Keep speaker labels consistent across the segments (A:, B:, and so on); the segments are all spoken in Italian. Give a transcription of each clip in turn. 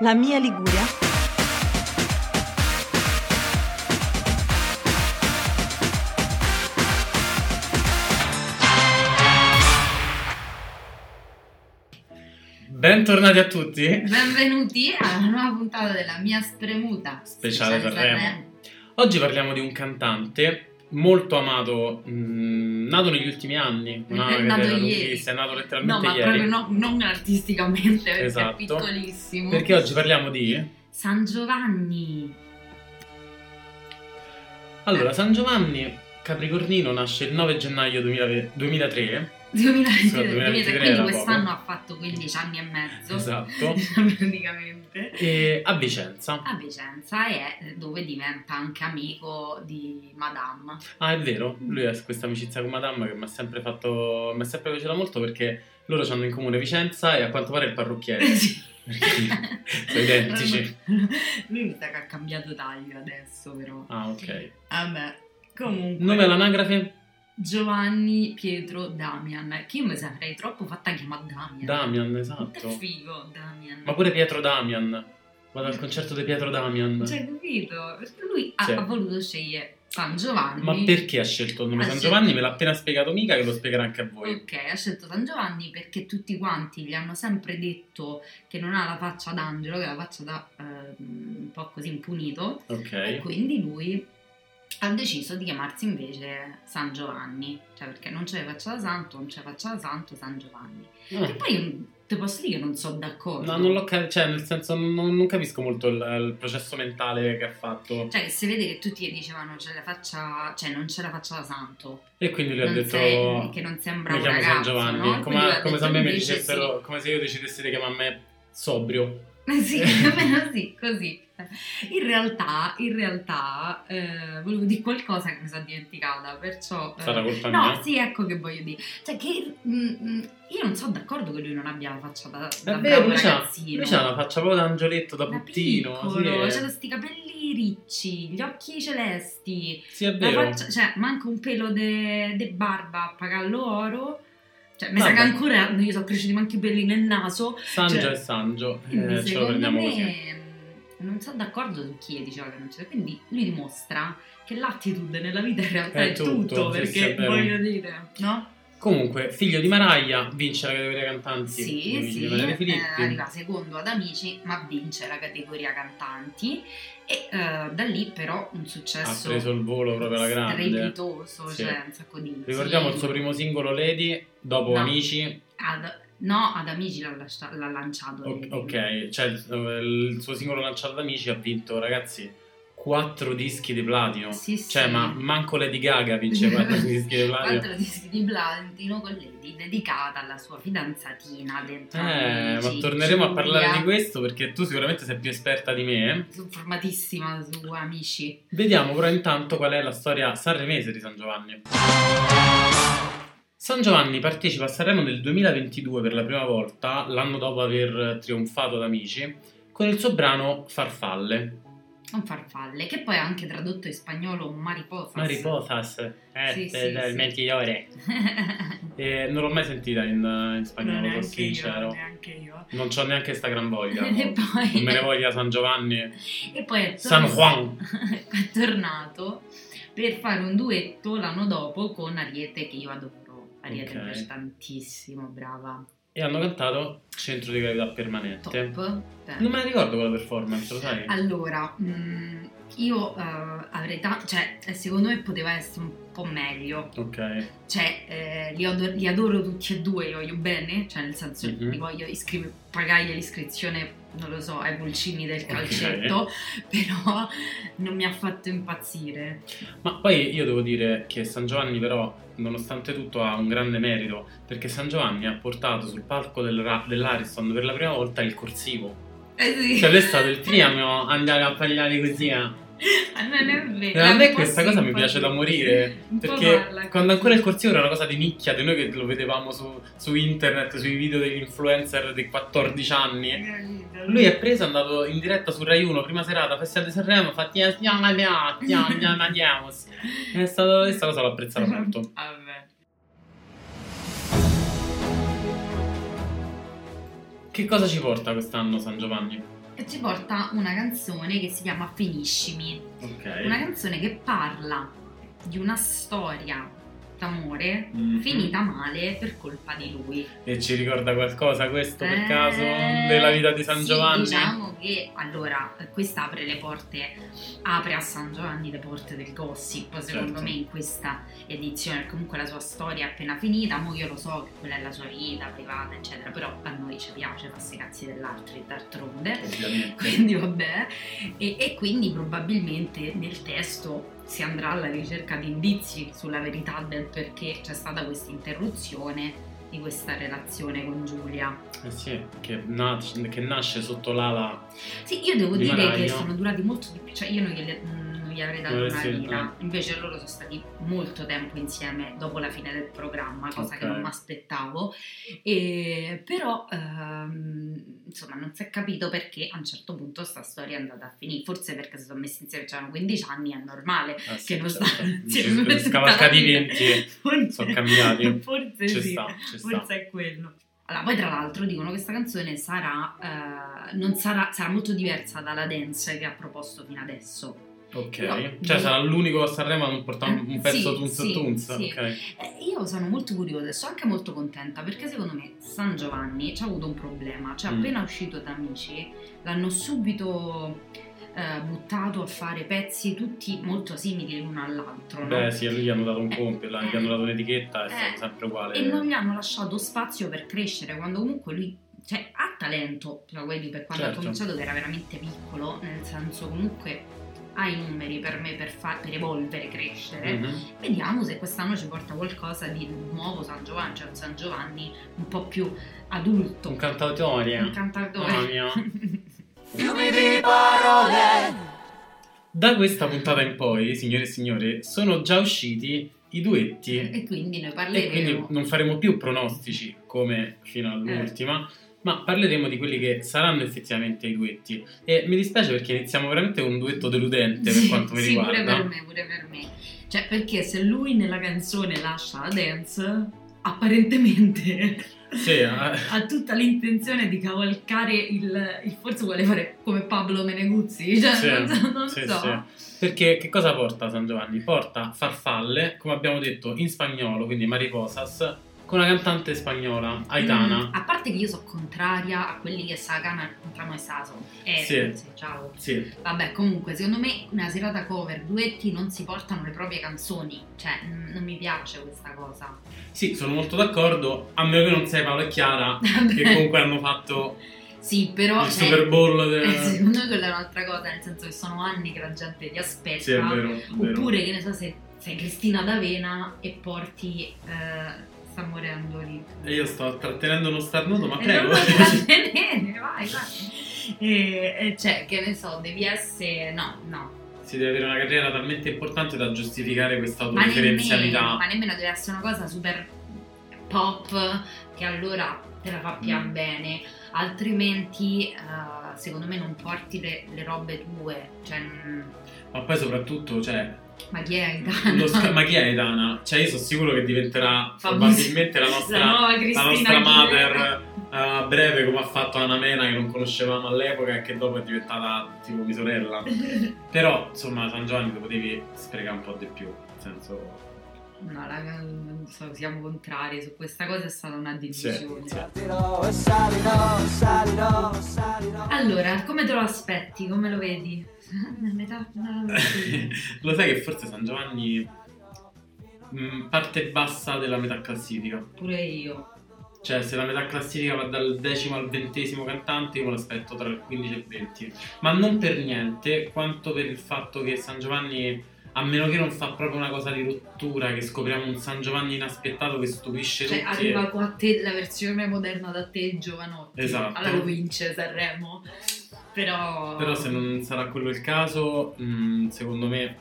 A: La mia Liguria.
B: Bentornati a tutti,
C: Benvenuti alla nuova puntata della mia spremuta
B: speciale per
C: Sanremo.
B: Sanremo. Oggi parliamo di un cantante molto amato, mh, nato negli ultimi anni, non
C: È
B: che
C: nato
B: era
C: ieri.
B: lunghissimo, è nato
C: No,
B: letteralmente
C: ma
B: ieri.
C: proprio no- non artisticamente, perché
B: Esatto.
C: è piccolissimo.
B: Perché oggi parliamo
C: Eh.
B: di...
C: San Giovanni.
B: Allora, San Giovanni Capricornino nasce il 9 gennaio 2000 2003,
C: 2023,
B: 2023
C: quindi
B: era
C: quest'anno
B: poco.
C: ha fatto 15 anni e mezzo
B: esatto,
C: praticamente
B: e a Vicenza.
C: a Vicenza e è dove diventa anche amico di Madame
B: Ah, è vero, lui ha questa amicizia con Madame che mi ha sempre fatto... mi è sempre piaciuta molto perché loro hanno in comune Vicenza e a quanto pare il parrucchiere.
C: Sì.
B: Perché sono identici.
C: lui mi sa che ha cambiato taglio adesso però
B: Ah, ok.
C: vabbè comunque
B: Nome all'anagrafe?
C: Giovanni Pietro Damian, che io mi sarei troppo fatta chiamare Damian.
B: Damian,
C: Quanto è
B: esatto.
C: figo Damian.
B: Ma pure Pietro Damian. Vado al concerto di Pietro Damian.
C: Cioè, capito? Perché lui ha,
B: Sì.
C: ha voluto scegliere San Giovanni.
B: Ma perché ha scelto il nome
C: Ha
B: San
C: scelto-
B: Giovanni? Me l'ha appena spiegato mica che lo spiegherà anche a voi.
C: Ok, ha scelto San Giovanni perché tutti quanti gli hanno sempre detto che non ha la faccia d'angelo, che ha la faccia da eh, un po' così impunito. E
B: Ok.
C: quindi lui ha deciso di chiamarsi invece San Giovanni. Cioè, perché non c'è faccia da santo, non c'è faccia da santo, San Giovanni. Che
B: Ah,
C: poi io ti posso dire che non sono d'accordo.
B: No, non l'ho capito, cioè nel senso non, non capisco molto il, il processo mentale che ha fatto
C: Cioè, si vede che tutti gli dicevano c'è la faccia, cioè non c'è la faccia da santo.
B: e quindi lui ha
C: Non
B: detto
C: sei- che non sembra
B: mi
C: un
B: chiamo
C: ragazzo.
B: San Giovanni,
C: no? Quindi lui
B: come,
C: ha
B: come
C: detto
B: se a me mi
C: invece
B: dicessero, come se io decidessi di chiamarmi sobrio.
C: Sì, Sì, almeno sì, così. In realtà, in realtà, eh, volevo dire qualcosa che mi sono dimenticata, perciò... eh,
B: Sarà colpa
C: No,
B: mia.
C: sì, ecco che voglio dire. Cioè, che mm, mm, io non sono d'accordo che lui non abbia la faccia da, da
B: È vero,
C: bravo
B: lui c'ha,
C: ragazzino.
B: lui c'ha una faccia proprio da angioletto, da
C: Da
B: puttino.
C: piccolo, cioè,
B: sì, eh.
C: c'ha questi capelli ricci, gli occhi celesti,
B: sì, è
C: La
B: vero.
C: faccia- cioè, manca un pelo de, de barba a pagallo oro. Cioè, mi sa
B: Vabbè.
C: che ancora io sono cresciuti anche i peli nel naso.
B: Sangio
C: Cioè,
B: e Sangio,
C: Quindi,
B: eh, ce lo
C: secondo
B: prendiamo
C: me,
B: così.
C: mh, non sono d'accordo su chi diceva che non c'era. Quindi, lui dimostra che l'attitude nella vita in realtà
B: È
C: è,
B: tutto,
C: tutto,
B: sì,
C: perché
B: sì, è vero.
C: voglio dire, no?
B: Comunque, figlio di Maraglia, vince la categoria cantanti.
C: Sì,
B: quindi
C: sì,
B: di Valeria
C: eh,
B: Filippi.
C: arriva secondo ad Amici, ma vince la categoria cantanti. E eh, da lì, però, un
B: ha
C: successo
B: preso il volo proprio alla grande.
C: strepitoso,
B: Sì.
C: cioè, un sacco di
B: Ricordiamo il
C: hit.
B: suo primo singolo Lady, dopo
C: No.
B: Amici.
C: Ad- no, ad Amici l'ha, lascia- l'ha lanciato.
B: O-
C: lei.
B: ok, cioè il il suo singolo lanciato da Amici ha vinto, ragazzi, quattro dischi di platino.
C: Sì, sì.
B: Cioè, ma manco Lady Gaga vince quattro dischi di platino.
C: Quattro dischi di Blandino con Lady dedicata alla sua fidanzatina dentro
B: Eh,
C: Amici. Cioè,
B: ma torneremo a parlare di
C: Giulia.
B: questo perché tu sicuramente sei più esperta di me. eh.
C: Sono formatissima su Amici.
B: Vediamo però intanto qual è la storia sanremese di San Giovanni. San Giovanni partecipa a Sanremo nel 2022 per la prima volta, l'anno dopo aver trionfato ad Amici, con il suo brano Farfalle.
C: Non farfalle, che poi è anche tradotto in spagnolo mariposas.
B: Mariposas, eh,
C: Sì,
B: te-
C: sì,
B: del
C: sì.
B: mentiore. Eh, non l'ho mai sentita in, in spagnolo, sono sincero.
C: neanche io.
B: Non c'ho neanche sta gran voglia.
C: E poi-
B: Non me ne voglia San Giovanni.
C: E poi è
B: San
C: tornato-
B: Juan.
C: è tornato per fare un duetto l'anno dopo con Ariete che io adoro. Ariete
B: Ok.
C: mi piace tantissimo, brava.
B: E hanno cantato Centro di gravità permanente.
C: Top. Cioè,
B: Non me la ricordo quella performance, lo sai?
C: Allora, mh, io eh, avrei tanto, cioè eh, secondo me poteva essere un po' meglio.
B: Ok.
C: Cioè, eh, li, adoro, li adoro tutti e due, li voglio bene, cioè nel senso
B: Mhm.
C: li voglio iscrivere, pagare l'iscrizione, non lo so, ai pulcini del calcetto, però non mi ha fatto impazzire.
B: Ma poi io devo dire che San Giovanni però, nonostante tutto, ha un grande merito, perché San Giovanni ha portato sul palco del ra- dell'Ariston per la prima volta il corsivo.
C: Eh sì.
B: Cioè, questo è stato il primo andare a pagliare così. eh.
C: Ah, non è vero.
B: E a
C: è
B: me
C: un po'
B: questa cosa mi
C: simpatica.
B: piace da morire,
C: Un po' parla.
B: perché quando ancora il corsivo era una cosa di nicchia, di noi che lo vedevamo su, su internet, sui video degli influencer di 14 anni. Lui è preso, è andato in diretta su Rai 1, prima serata, festa di Sanremo, ha fatto "Yes, yeah, yeah, yeah, yeah, yeah, yeah". È stato, questa cosa l'ho apprezzata molto.
C: Vabbè.
B: Che cosa ci porta quest'anno San Giovanni?
C: e ci porta una canzone che si chiama Finiscimi,
B: Ok.
C: una canzone che parla di una storia d'amore
B: Mhm.
C: finita male per colpa di lui.
B: E ci ricorda qualcosa questo per
C: Eh,
B: caso della vita di San
C: sì,
B: Giovanni?
C: Diciamo che allora questa apre le porte, apre a San Giovanni le porte del gossip, secondo
B: Certo.
C: me, in questa edizione. Comunque la sua storia è appena finita. Mo io lo so che quella è la sua vita privata, eccetera. Però a noi ci piace farsi i cazzi dell'altro e d'altronde.
B: Ovviamente.
C: Quindi vabbè. E, e quindi probabilmente nel testo si andrà alla ricerca di indizi sulla verità del perché c'è stata questa interruzione di questa relazione con Giulia.
B: Eh sì, che, nas- che nasce sotto l'ala.
C: Sì, io devo
B: Di
C: dire
B: Maraglio.
C: che sono durati molto di più, cioè io non glieli- mm, non gli avrei dato
B: Eh,
C: una
B: sì,
C: lira, invece loro sono stati molto tempo insieme dopo la fine del programma, cosa che
B: Ok.
C: non mi aspettavo, E- però ehm, insomma non si è capito perché a un certo punto sta storia è andata a finire, forse perché si sono messi insieme, c'erano 15 anni, è normale
B: eh sì,
C: che non
B: certo.
C: stanno
B: Ci-
C: insieme. per tutta la
B: Scavalcati i
C: vita.
B: venti e
C: Forse-
B: sono cambiati.
C: Forse
B: ci
C: Eh sì.
B: sta, ci sta.
C: Forse è quello. Allora, poi tra l'altro dicono che questa canzone sarà, eh, non sarà, sarà molto diversa dalla dance che ha proposto fino adesso.
B: Ok,
C: Però-
B: cioè sarà l'unico a Sanremo a non portare un- un
C: Sì,
B: pezzo tunz
C: sì,
B: tunz.
C: sì.
B: Ok,
C: Eh, io sono molto curiosa e sono anche molto contenta perché secondo me San Giovanni ci ha avuto un problema, cioè
B: Mm.
C: appena uscito da Amici l'hanno subito eh, buttato a fare pezzi tutti molto simili l'uno all'altro, no?
B: beh, sì, a lui gli hanno dato un
C: Eh,
B: compito, là, gli
C: eh.
B: hanno dato l'etichetta, è stato
C: Eh,
B: sempre uguale.
C: e non gli hanno lasciato spazio per crescere quando comunque lui cioè, ha talento cioè, quelli per quando
B: Certo.
C: ha cominciato che era veramente piccolo nel senso comunque ha i numeri per me per, fa- per evolvere crescere
B: Mhm.
C: vediamo se quest'anno ci porta qualcosa di nuovo San Giovanni cioè un San Giovanni un po' più adulto
B: Un cantautore.
C: un cantautore
B: Mamma mia.
A: Fiumi di parole.
B: Da questa puntata in poi, signore e signore, sono già usciti i duetti.
C: e quindi noi
B: E quindi
C: parleremo
B: non faremo più pronostici come fino
C: Eh.
B: all'ultima, ma parleremo di quelli che saranno effettivamente i duetti. E mi dispiace perché iniziamo veramente con un duetto deludente per
C: Sì,
B: quanto mi
C: sì, pure
B: riguarda.
C: per me, pure per me. Cioè, perché se lui nella canzone lascia la dance, apparentemente
B: Sì, eh.
C: ha tutta l'intenzione di cavalcare il, il forse vuole fare come Pablo Meneguzzi, cioè
B: Sì,
C: non so, non
B: sì,
C: so.
B: sì. Perché che cosa porta San Giovanni? Porta farfalle, come abbiamo detto, in spagnolo, quindi mariposas, con una cantante spagnola, Aitana.
C: Mm, a parte che io sono contraria a quelli che sagana contro Saso. Eh,
B: Sì.
C: sì, ciao.
B: Sì,
C: Vabbè, comunque, secondo me una serata cover, duetti non si portano le proprie canzoni. Cioè, mm, non mi piace questa cosa.
B: sì, sono molto d'accordo, a meno che non sei Paolo e Chiara, che comunque hanno fatto
C: Sì, però
B: il
C: cioè,
B: Super Bowl del...
C: eh, secondo me quella è un'altra cosa, nel senso che sono anni che la gente ti aspetta.
B: Eh, Sì, è vero, è vero.
C: Oppure, che ne so, se sei Cristina D'Avena e porti eh, Sta morendo lì.
B: E io sto trattenendo uno starnuto, ma
C: Eh,
B: prego.
C: non lo trattenere, vai, vai. E, e cioè, che ne so, devi essere... No, no.
B: si deve avere una carriera talmente importante da giustificare questa
C: Ma nemmeno,
B: autoreferenzialità.
C: ma nemmeno deve essere una cosa super pop che allora te la fa pian
B: Mm.
C: bene. Altrimenti, eh, secondo me, non porti le, le robe tue. Cioè, mm,
B: Ma poi soprattutto, cioè,
C: ma chi è
B: lo sca- ma chi è Aitana? Cioè, io sono sicuro che diventerà
C: Famosa-
B: probabilmente la nostra,
C: la nuova
B: la
C: Cristina
B: nostra
C: Aguilera.
B: mother eh, a breve, come ha fatto Anna Mena, che non conoscevamo all'epoca e che dopo è diventata tipo mia sorella. Però, insomma, San Giovanni lo potevi sprecare un po' di più. Nel senso,
C: No, raga, non so, siamo contrari su questa cosa, è stata una delusione.
B: sì.
A: Salirò, salirò, salirò, salirò.
C: Allora, come te lo aspetti? Come lo vedi? Una metà- una-
B: lo sai che forse San Giovanni mh, parte bassa della metà classifica.
C: Pure io.
B: Cioè, se la metà classifica va dal decimo al ventesimo cantante, io me l'aspetto tra il 15 e il 20. Ma non per niente, quanto per il fatto che San Giovanni, a meno che non fa proprio una cosa di rottura, che scopriamo un San Giovanni inaspettato che stupisce
C: Cioè,
B: tutti.
C: arriva qua a te la versione moderna da te, giovanotti.
B: Esatto.
C: Allora lo vince Sanremo. Però...
B: Però se non sarà quello il caso, mh, secondo me,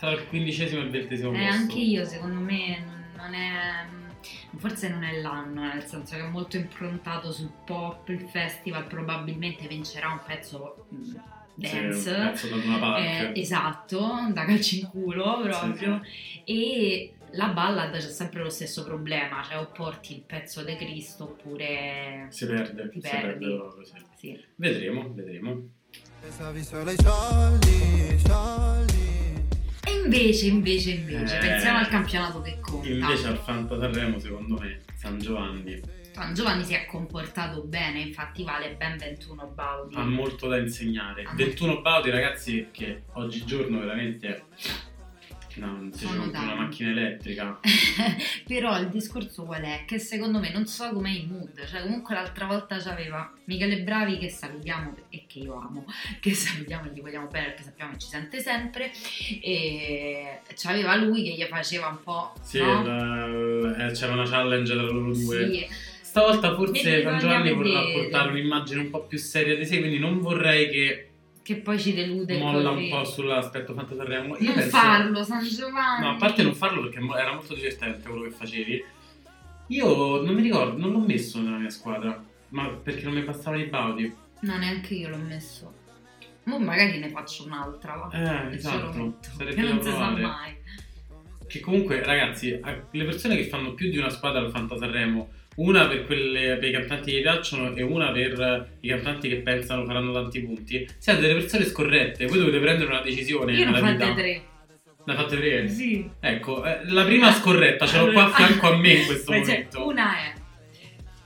B: tra il quindicesimo e il ventesimo
C: Eh,
B: posto.
C: anche io, secondo me, non- non è... mm, Forse non è l'anno, nel senso che è molto improntato sul pop, il festival probabilmente vincerà un pezzo mm,
B: Sì,
C: dance.
B: un pezzo da una parte.
C: Eh, esatto, da calci in culo proprio. E la ballad c'è sempre lo stesso problema, cioè o porti il pezzo di Cristo oppure...
B: Si perde,
C: Ti
B: si
C: perdi.
B: perde proprio, sì.
C: Sì.
B: Vedremo, vedremo.
A: Pensavi solo ai soldi, soldi.
C: E invece, invece, invece,
B: Eh.
C: pensiamo al campionato che conta.
B: Invece al Fanta Sanremo, secondo me, San Giovanni
C: San Giovanni si è comportato bene, infatti vale ben 21 baudi.
B: ha molto da insegnare.
C: Ah.
B: 21 baudi, ragazzi, che oggigiorno veramente no, non si
C: Sono
B: compra una
C: tanti.
B: macchina elettrica.
C: Però il discorso qual è? Che secondo me non so com'è il mood, cioè comunque l'altra volta c'aveva Michele Bravi che salutiamo e che io amo, che salutiamo e gli vogliamo bene perché sappiamo che ci sente sempre, e c'aveva lui che gli faceva un po'...
B: Sì,
C: no?
B: la- eh, c'era una challenge tra loro due.
C: Sì,
B: Stavolta forse
C: Quindi
B: San Giovanni
C: vogliamo
B: vorrà
C: vedere.
B: portare un'immagine un po' più seria di sé, quindi non vorrei che
C: che poi ci delude
B: molla
C: così.
B: un po' sull'aspetto Fanta Sanremo. Io
C: Non
B: penso-
C: farlo, San Giovanni.
B: No, a parte non farlo perché mo- era molto divertente quello che facevi. Io non mi ricordo, non l'ho messo nella mia squadra, ma perché non mi passava i baudi.
C: No, neanche io l'ho messo. Mo magari ne faccio un'altra, va.
B: Eh,
C: E ce lo
B: esatto,
C: metto,
B: sarebbe
C: che
B: da
C: non si sa
B: provare.
C: mai.
B: Che comunque, ragazzi, a- le persone che fanno più di una squadra al Fanta Sanremo, una per, quelle, per i cantanti che piacciono e una per eh, i cantanti che pensano faranno tanti punti, siete delle persone scorrette, voi dovete prendere una decisione
C: Io ne ho
B: nella vita.
C: fatte tre.
B: Ne fate tre?
C: Sì.
B: Ecco, eh, la prima scorretta ce l'ho qua a fianco a me in questo
C: Beh, cioè,
B: momento.
C: Una è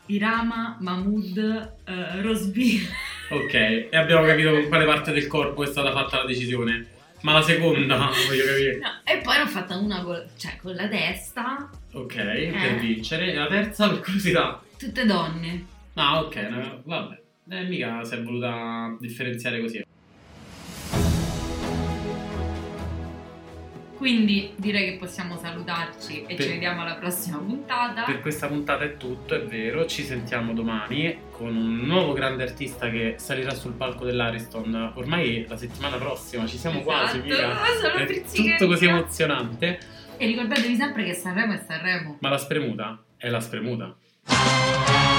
C: Irama, Mahmood, eh, Rosby.
B: Ok, e abbiamo capito con quale parte del corpo è stata fatta la decisione. Ma la seconda, voglio capire.
C: No, E poi ne ho fatta una col- cioè, con la testa,
B: Ok, per
C: Eh.
B: vincere. E la terza, per curiosità.
C: tutte donne.
B: Ah, ok, no, vabbè. Eh, mica si è voluta differenziare così.
C: Quindi direi che possiamo salutarci e
B: Per-
C: ci vediamo alla prossima puntata.
B: Per questa puntata è tutto, è vero. Ci sentiamo domani con un nuovo grande artista che salirà sul palco dell'Ariston. Ormai la settimana prossima, ci siamo quasi,
C: Esatto.
B: mica.
C: Sono
B: È
C: pizzicherita.
B: tutto così emozionante.
C: E ricordatevi sempre che Sanremo è Sanremo.
B: Ma la spremuta è la spremuta.